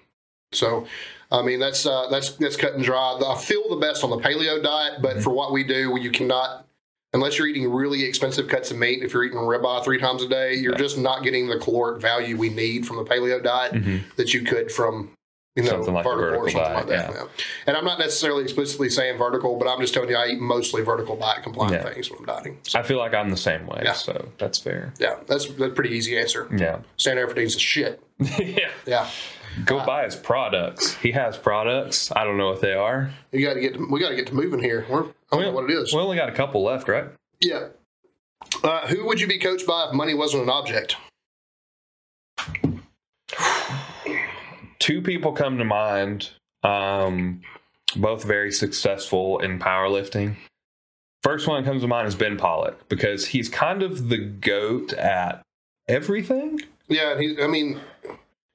A: So, I mean that's uh, that's that's cut and dry. I feel the best on the paleo diet,
B: Mm-hmm.
A: but for what we do, you cannot. Unless you're eating really expensive cuts of meat, if you're eating ribeye three times a day, you're just not getting the caloric value we need from the paleo diet that you could from you know
B: Mm-hmm. Something like a
A: vertical, or
B: vertical
A: something like
B: diet,
A: that. yeah. And I'm not necessarily explicitly saying vertical, but I'm just telling you I eat mostly vertical diet compliant
B: Yeah.
A: things when I'm dieting. So,
B: I feel like I'm the same way,
A: Yeah.
B: so that's fair.
A: yeah, that's that's a pretty easy answer.
B: Yeah.
A: Stan Everdeen's a shit.
B: yeah.
A: Yeah,
B: Go buy his products. He has products. I don't know what they are.
A: you got to get we got to get to moving here. We're, I don't know what it is.
B: We only got a couple left, right?
A: Yeah. Uh, who would you be coached by if money wasn't an object?
B: Two people come to mind, um, both very successful in powerlifting. First one that comes to mind is Ben Pollock because he's kind of the goat at everything.
A: Yeah, and he, I mean,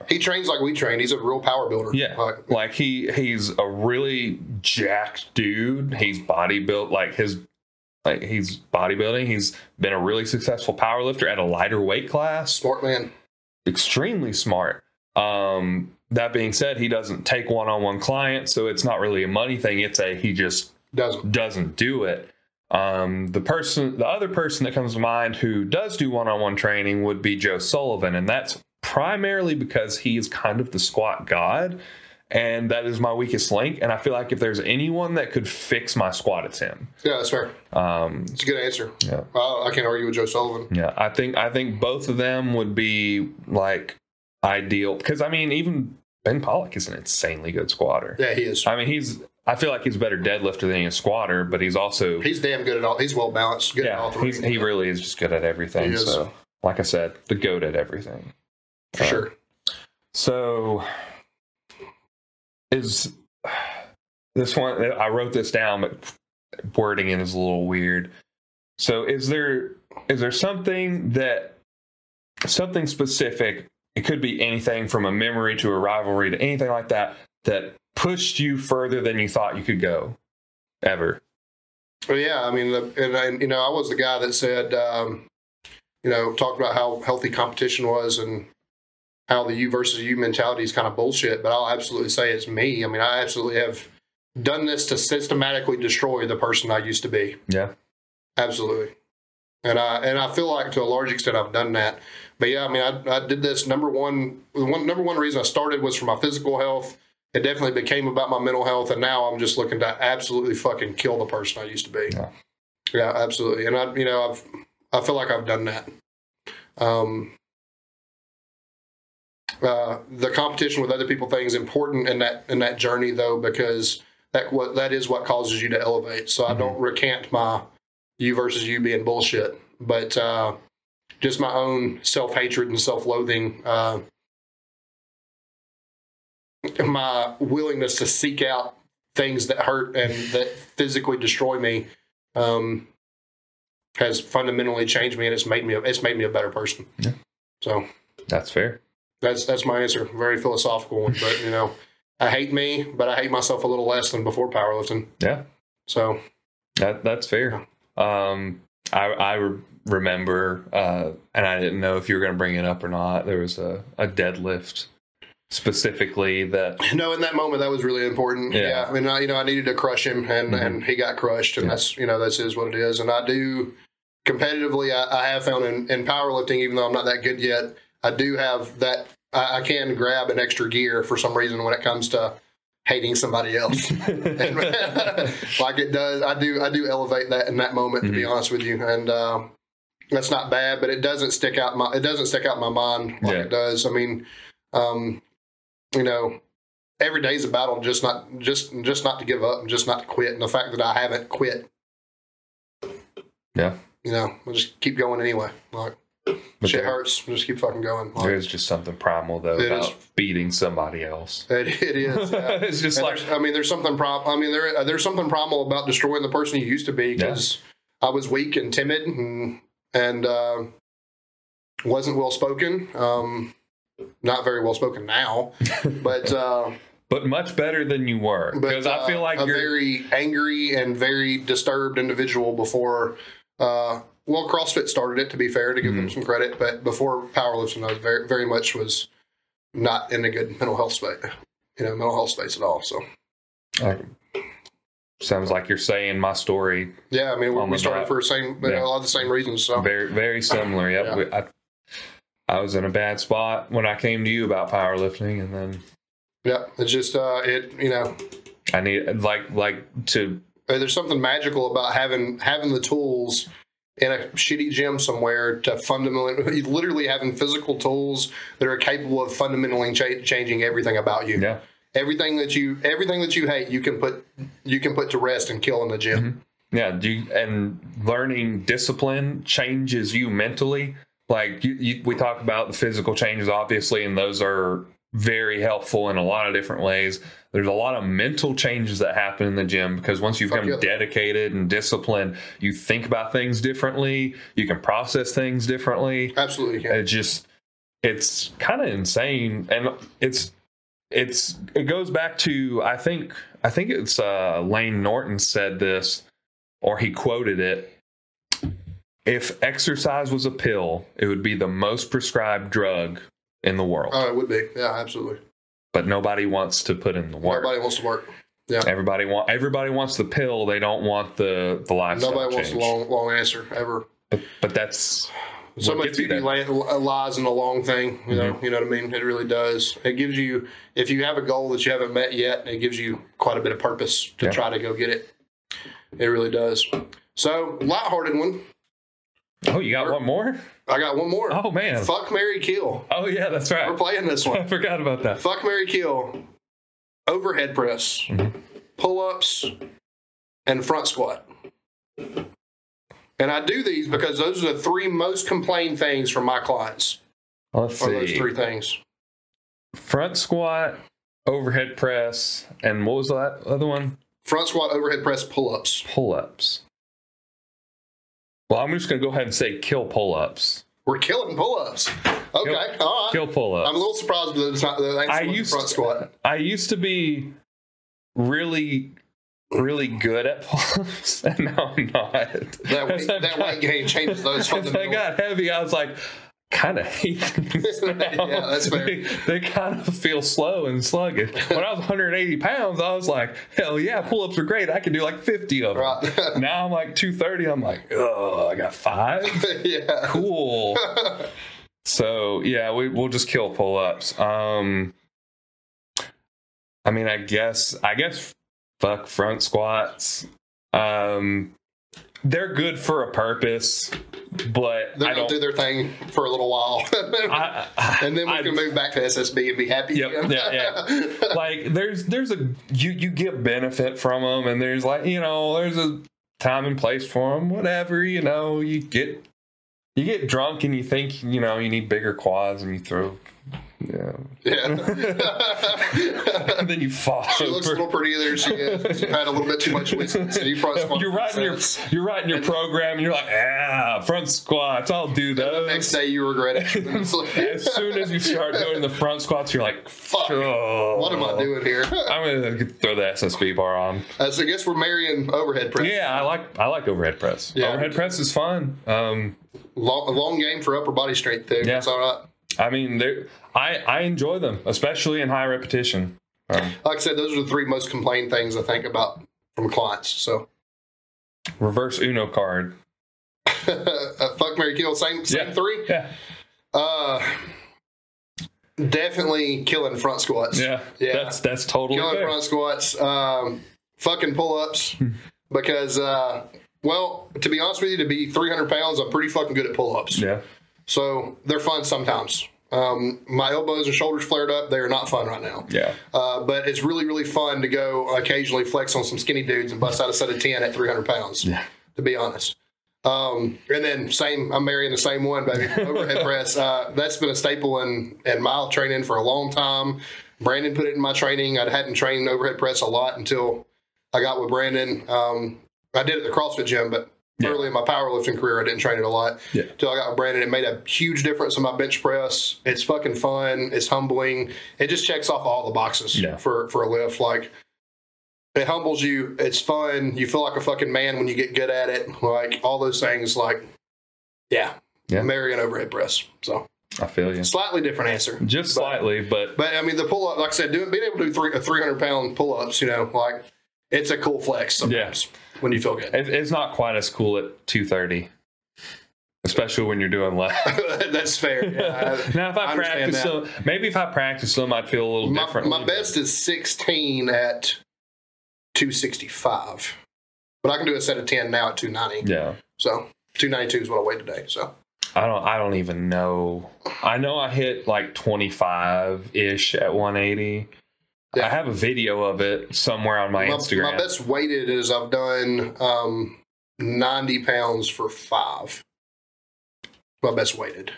A: he trains like we train. He's a real power builder.
B: Yeah.
A: Like,
B: Like he he's a really jacked dude. He's body built like his like he's bodybuilding. He's been a really successful powerlifter at a lighter weight class.
A: smart man.
B: extremely smart. Um, that being said, he doesn't take one on one clients, so it's not really a money thing. It's a he just
A: Doesn't.
B: doesn't do it. Um, the person, the other person that comes to mind who does do one on one training would be Joe Sullivan, and that's primarily because he is kind of the squat god, and that is my weakest link. And I feel like if there's anyone that could fix my squat, it's him.
A: Yeah, that's fair.
B: Um,
A: It's a good answer.
B: yeah.
A: Uh, I can't argue with Joe Sullivan.
B: Yeah, I think I think both of them would be like ideal because I mean even Ben Pollock is an insanely good squatter.
A: Yeah, he is.
B: I mean he's I feel like he's a better deadlifter than he is squatter, but he's also
A: He's damn good at all. He's well balanced. Good at
B: yeah
A: all three.
B: he's, he really is just good at everything.
A: He is.
B: So like I said, the goat at everything.
A: for sure.
B: So is this one I wrote this down but wording it is a little weird. So is there is there something that something specific it could be anything from a memory to a rivalry to anything like that that pushed you further than you thought you could go ever.
A: Well, yeah, I mean, the, and, and you know, I was the guy that said, um, you know, talked about how healthy competition was and how the you versus you mentality is kind of bullshit. But I'll absolutely say it's me. I mean, I absolutely have done this to systematically destroy the person I used to be.
B: Yeah.
A: Absolutely. And I and I feel like to a large extent I've done that. But yeah, I mean I, I did this number one the one number one reason I started was for my physical health. It definitely became about my mental health and now I'm just looking to absolutely fucking kill the person I used to be.
B: Yeah.
A: Yeah, absolutely. And I you know, I've I feel like I've done that. Um uh, the competition with other people thing is important in that in that journey though because that what that is what causes you to elevate. So I don't recant my you versus you being bullshit, but uh, just my own self hatred and self loathing. Uh, my willingness to seek out things that hurt and that physically destroy me um, has fundamentally changed me, and it's made me a- it's made me a better person.
B: Yeah.
A: So
B: That's fair.
A: that's that's my answer. Very philosophical one, but you know, I hate me, but I hate myself a little less than before powerlifting.
B: Yeah,
A: So
B: that that's fair. Um, I I re- remember, uh, and I didn't know if you were going to bring it up or not. There was a a deadlift specifically that
A: no, in that moment, that was really important.
B: Yeah.
A: Yeah, I mean, I, you know, I needed to crush him, and
B: Mhm.
A: and he got crushed, and
B: Yeah.
A: that's you know, that's is what it is. And I do competitively, I, I have found in, in powerlifting, even though I'm not that good yet, I do have that. I, I can grab an extra gear for some reason when it comes to hating somebody else. and like it does i do i do elevate that in that moment to be
B: Mm-hmm.
A: honest with you and um, that's not bad but it doesn't stick out my it doesn't stick out my mind like
B: Yeah.
A: it does i mean um you know every day's a battle just not just just not to give up and just not to quit and the fact that i haven't quit
B: Yeah.
A: you know i'll just keep going anyway like
B: But
A: shit
B: there-
A: hurts just keep fucking going like,
B: there's just something primal though
A: It
B: about
A: is.
B: beating somebody else.
A: it, it is yeah.
B: it's just
A: And
B: like
A: there's- I mean, there's something prom. I mean, there uh, there's something primal about destroying the person you used to be because I was weak and timid and and uh, wasn't well spoken. Um, not very well spoken now, but uh,
B: but much better than you were
A: but,
B: because
A: uh,
B: I feel like
A: a
B: you're
A: very angry and very disturbed individual before. Uh, well, CrossFit started it. To be fair, to give
B: Mm-hmm.
A: them some credit, but before powerlifting, I was very very much was not in a good mental health space. You know, mental health space at all. So.
B: sounds like you're saying my story
A: Yeah, I mean,
B: On
A: we,
B: the
A: we started
B: dot.
A: for the same, but
B: Yeah.
A: a lot of the same reasons. So
B: very very similar. Yep.
A: Yeah.
B: We- I, I was in a bad spot when I came to you about powerlifting, and then
A: yeah, it's just uh, it. You know,
B: I need like like to
A: there's something magical about having having the tools in a shitty gym somewhere to fundamentally, literally having physical tools that are capable of fundamentally cha- changing everything about you.
B: yeah.
A: Everything that you everything that you hate, you can put you can put to rest and kill in the gym.
B: Mm-hmm. Yeah, do you, and learning discipline changes you mentally. Like you, you, we talk about the physical changes, obviously, and those are very helpful in a lot of different ways. There's a lot of mental changes that happen in the gym because once you
A: Fuck
B: become
A: yeah.
B: dedicated and disciplined, you think about things differently. You can process things differently
A: Absolutely, yeah.
B: it just it's kind of insane and it's it's it goes back to i think i think it's uh lane norton said this or he quoted it if exercise was a pill it would be the most prescribed drug in the world
A: Oh, it would be. Yeah, absolutely.
B: but nobody wants to put in the work
A: Nobody wants to work.
B: everybody want everybody wants the pill they don't want the the lifestyle
A: Nobody wants the
B: change.
A: long long answer ever.
B: but, but that's
A: so
B: what
A: much
B: gets you Mm-hmm.
A: beauty
B: there.
A: li- lies in a long thing. You know, you know what I mean. It really does. It gives you, if you have a goal that you haven't met yet, it gives you quite a bit of purpose to
B: Yeah.
A: try to go get it. It really does. So lighthearted one.
B: oh you got one more
A: I got one more.
B: oh man
A: Fuck Mary Kill.
B: oh yeah that's
A: We're
B: right
A: playing this one.
B: i forgot about that
A: Fuck Mary Kill. Overhead press,
B: Mm-hmm.
A: pull ups, and front squat. And I do these because those are the three most complained things from my clients.
B: Let's
A: Are those
B: see.
A: three things?
B: Front squat, overhead press, and what was that other one?
A: front squat overhead press pull-ups
B: Pull ups. Well, I'm just going to go ahead and say kill pull ups.
A: we're killing pull-ups okay all right
B: Kill pull
A: i'm a
B: ups.
A: little surprised that it's not that
B: I
A: I
B: used-
A: used front squat
B: I used to be really, really good at pull ups, and now I'm not.
A: that
B: As
A: weight,
B: I
A: that
B: got-
A: weight gain changes those
B: as I
A: fundamentals.
B: got heavy, I was like, kind of hate these now.
A: Yeah, that's fair.
B: They, they kind of feel slow and sluggish. When I was 180 pounds, I was like, hell yeah, pull ups are great. I can do like 50 of them.
A: right
B: Now I'm like 230. I'm like, oh, I got five.
A: yeah
B: Cool. so yeah, we, we'll just kill pull ups. Um, I mean, I guess, I guess, fuck front squats. Um, they're good for a purpose, but
A: They're
B: I
A: gonna
B: don't.
A: do their thing for a little while,
B: I, I-
A: and then we
B: I-
A: can move back to SSB and be happy.
B: Yep,
A: again.
B: yeah, like there's there's a you you get benefit from them, and there's like you know there's a time and place for them. Whatever you know, you get you get drunk and you think you know you need bigger quads, and you throw. Yeah.
A: yeah.
B: And then you fall.
A: she looks a
B: over.
A: little prettier than she is. She had a little bit too much whiskey, so you probably
B: You're writing your you're writing your program and you're like, ah, front squats, I'll do
A: next
B: those.
A: day you regret it. It's like,
B: As soon as you start doing the front squats, you're like,
A: Fuck.
B: oh,
A: what am I doing here?
B: I'm gonna throw the SSB bar on.
A: Uh, so I guess we're marrying overhead press.
B: Yeah, I like I like overhead press.
A: Yeah.
B: Overhead press is fun. Um,
A: Long, a long game for upper body strength too. uh,
B: Yeah.
A: That's all right.
B: I mean, they're- I I enjoy them, especially in high repetition. Um,
A: Like I said, those are the three most complained things I think about from clients. So
B: reverse Uno card.
A: uh, fuck Mary Kill, same same
B: Yeah.
A: three.
B: Yeah,
A: Uh definitely killing front squats.
B: yeah,
A: Yeah.
B: That's that's totally
A: Killing
B: fair.
A: front squats, um, fucking pull ups,
B: Hmm.
A: because, uh, well, to be honest with you, to be 300 pounds, I'm pretty fucking good at pull ups.
B: Yeah,
A: So they're fun sometimes. Um, my elbows and shoulders flared up. They are not fun right now.
B: yeah,
A: Uh, but it's really, really fun to go occasionally flex on some skinny dudes and bust out a set of 10 at 300 pounds,
B: Yeah.
A: to be honest. Um, and then same, I'm marrying the same one, baby. Overhead press. Uh, that's been a staple in, in my training for a long time. Brandon put it in my training. I hadn't trained overhead press a lot until I got with Brandon. Um, I did it at the CrossFit gym, but
B: Yeah.
A: early in my powerlifting career, I didn't train it a lot
B: yeah.
A: till I got with Brandon. It made a huge difference in my bench press. It's fucking fun. It's humbling. It just checks off all the boxes
B: Yeah.
A: for for a lift. Like it humbles you. It's fun. You feel like a fucking man when you get good at it. Like all those things. Like yeah,
B: Yeah.
A: Marry an overhead press. So
B: I feel you.
A: slightly different answer.
B: Just slightly, but
A: But I mean, the pull up, like I said, doing being able to do three, a three hundred pound pull ups, you know, like it's a cool flex sometimes when you feel good.
B: It- It's not quite as cool at two thirty, especially when you're doing less.
A: That's fair. Yeah, I-
B: now, if I,
A: understand
B: practice
A: that.
B: them, maybe if I practice them, I'd feel a little
A: my,
B: different.
A: my best is 16 at 265 but i can do a set of 10 now at 290
B: Yeah,
A: so 292 is what i weigh today so
B: I don't. I don't even know. I know I hit like twenty five ish at one eighty.
A: Yeah.
B: I have a video of it somewhere on my,
A: my,
B: Instagram.
A: my best weighted is i've done um, 90 pounds for five my best weighted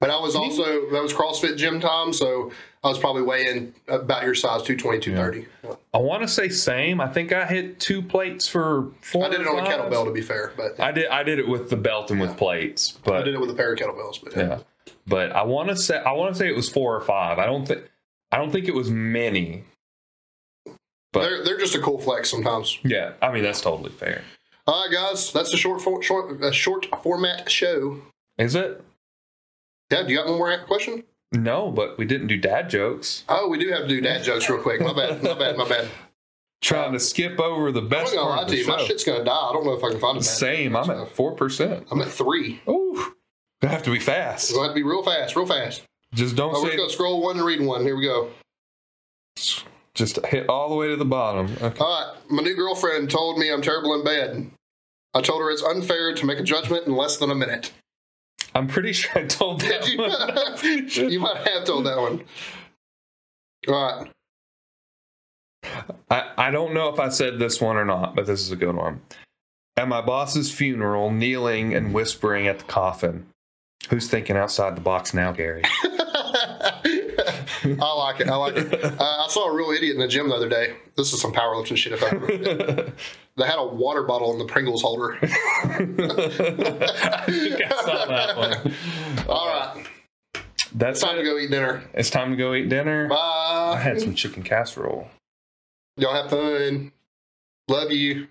A: but i was also that was crossfit gym time so i was probably weighing about your size 220 230
B: I want to say same. I think I hit two plates for four. Uh,
A: i did it on a
B: times.
A: kettlebell to be fair but
B: I did. I did it with the belt and with plates, but
A: i did it with a pair of kettlebells but
B: Yeah. But I want to say I want to say it was four or five. I don't think I don't think it was many. But-
A: they're, they're just a cool flex sometimes
B: Yeah, I mean that's totally fair.
A: All right, guys, that's the short for, short uh, short format show.
B: Is it?
A: Yeah, do you got one more question?
B: No, but we didn't do dad jokes.
A: Oh, we do have to do dad jokes real quick. My bad, my bad, my bad.
B: Trying to skip over the
A: I'm
B: best
A: not Uh, gonna
B: part
A: lie
B: of
A: to
B: the
A: you, my
B: show.
A: shit's gonna die. I don't know if I can find it.
B: Same. I'm at four percent.
A: I'm at three.
B: Ooh, gonna have to be fast.
A: It's gonna have to be real fast, real fast.
B: Just don't
A: Oh, we're
B: say.
A: just gonna scroll one and read one. Here we go.
B: Just hit all the way to the bottom. Okay.
A: All right, my new girlfriend told me I'm terrible in bed. I told her it's unfair to make a judgment in less than a minute.
B: I'm pretty sure I told that.
A: Did
B: one. I'm pretty
A: you?
B: sure.
A: you might have told that one. All right.
B: I, I don't know if I said this one or not, but this is a good one. At my boss's funeral, kneeling and whispering at the coffin. Who's thinking outside the box now, Gary?
A: I like it. I like it. Uh, I saw a real idiot in the gym the other day. This is some powerlifting shit. If I remember. they had a water bottle in the Pringles holder.
B: I think I saw that one.
A: All right, it's
B: That's
A: time to
B: it.
A: go eat dinner.
B: It's time to go eat dinner. I
A: Bye.
B: had some chicken casserole.
A: Y'all have fun. Love you.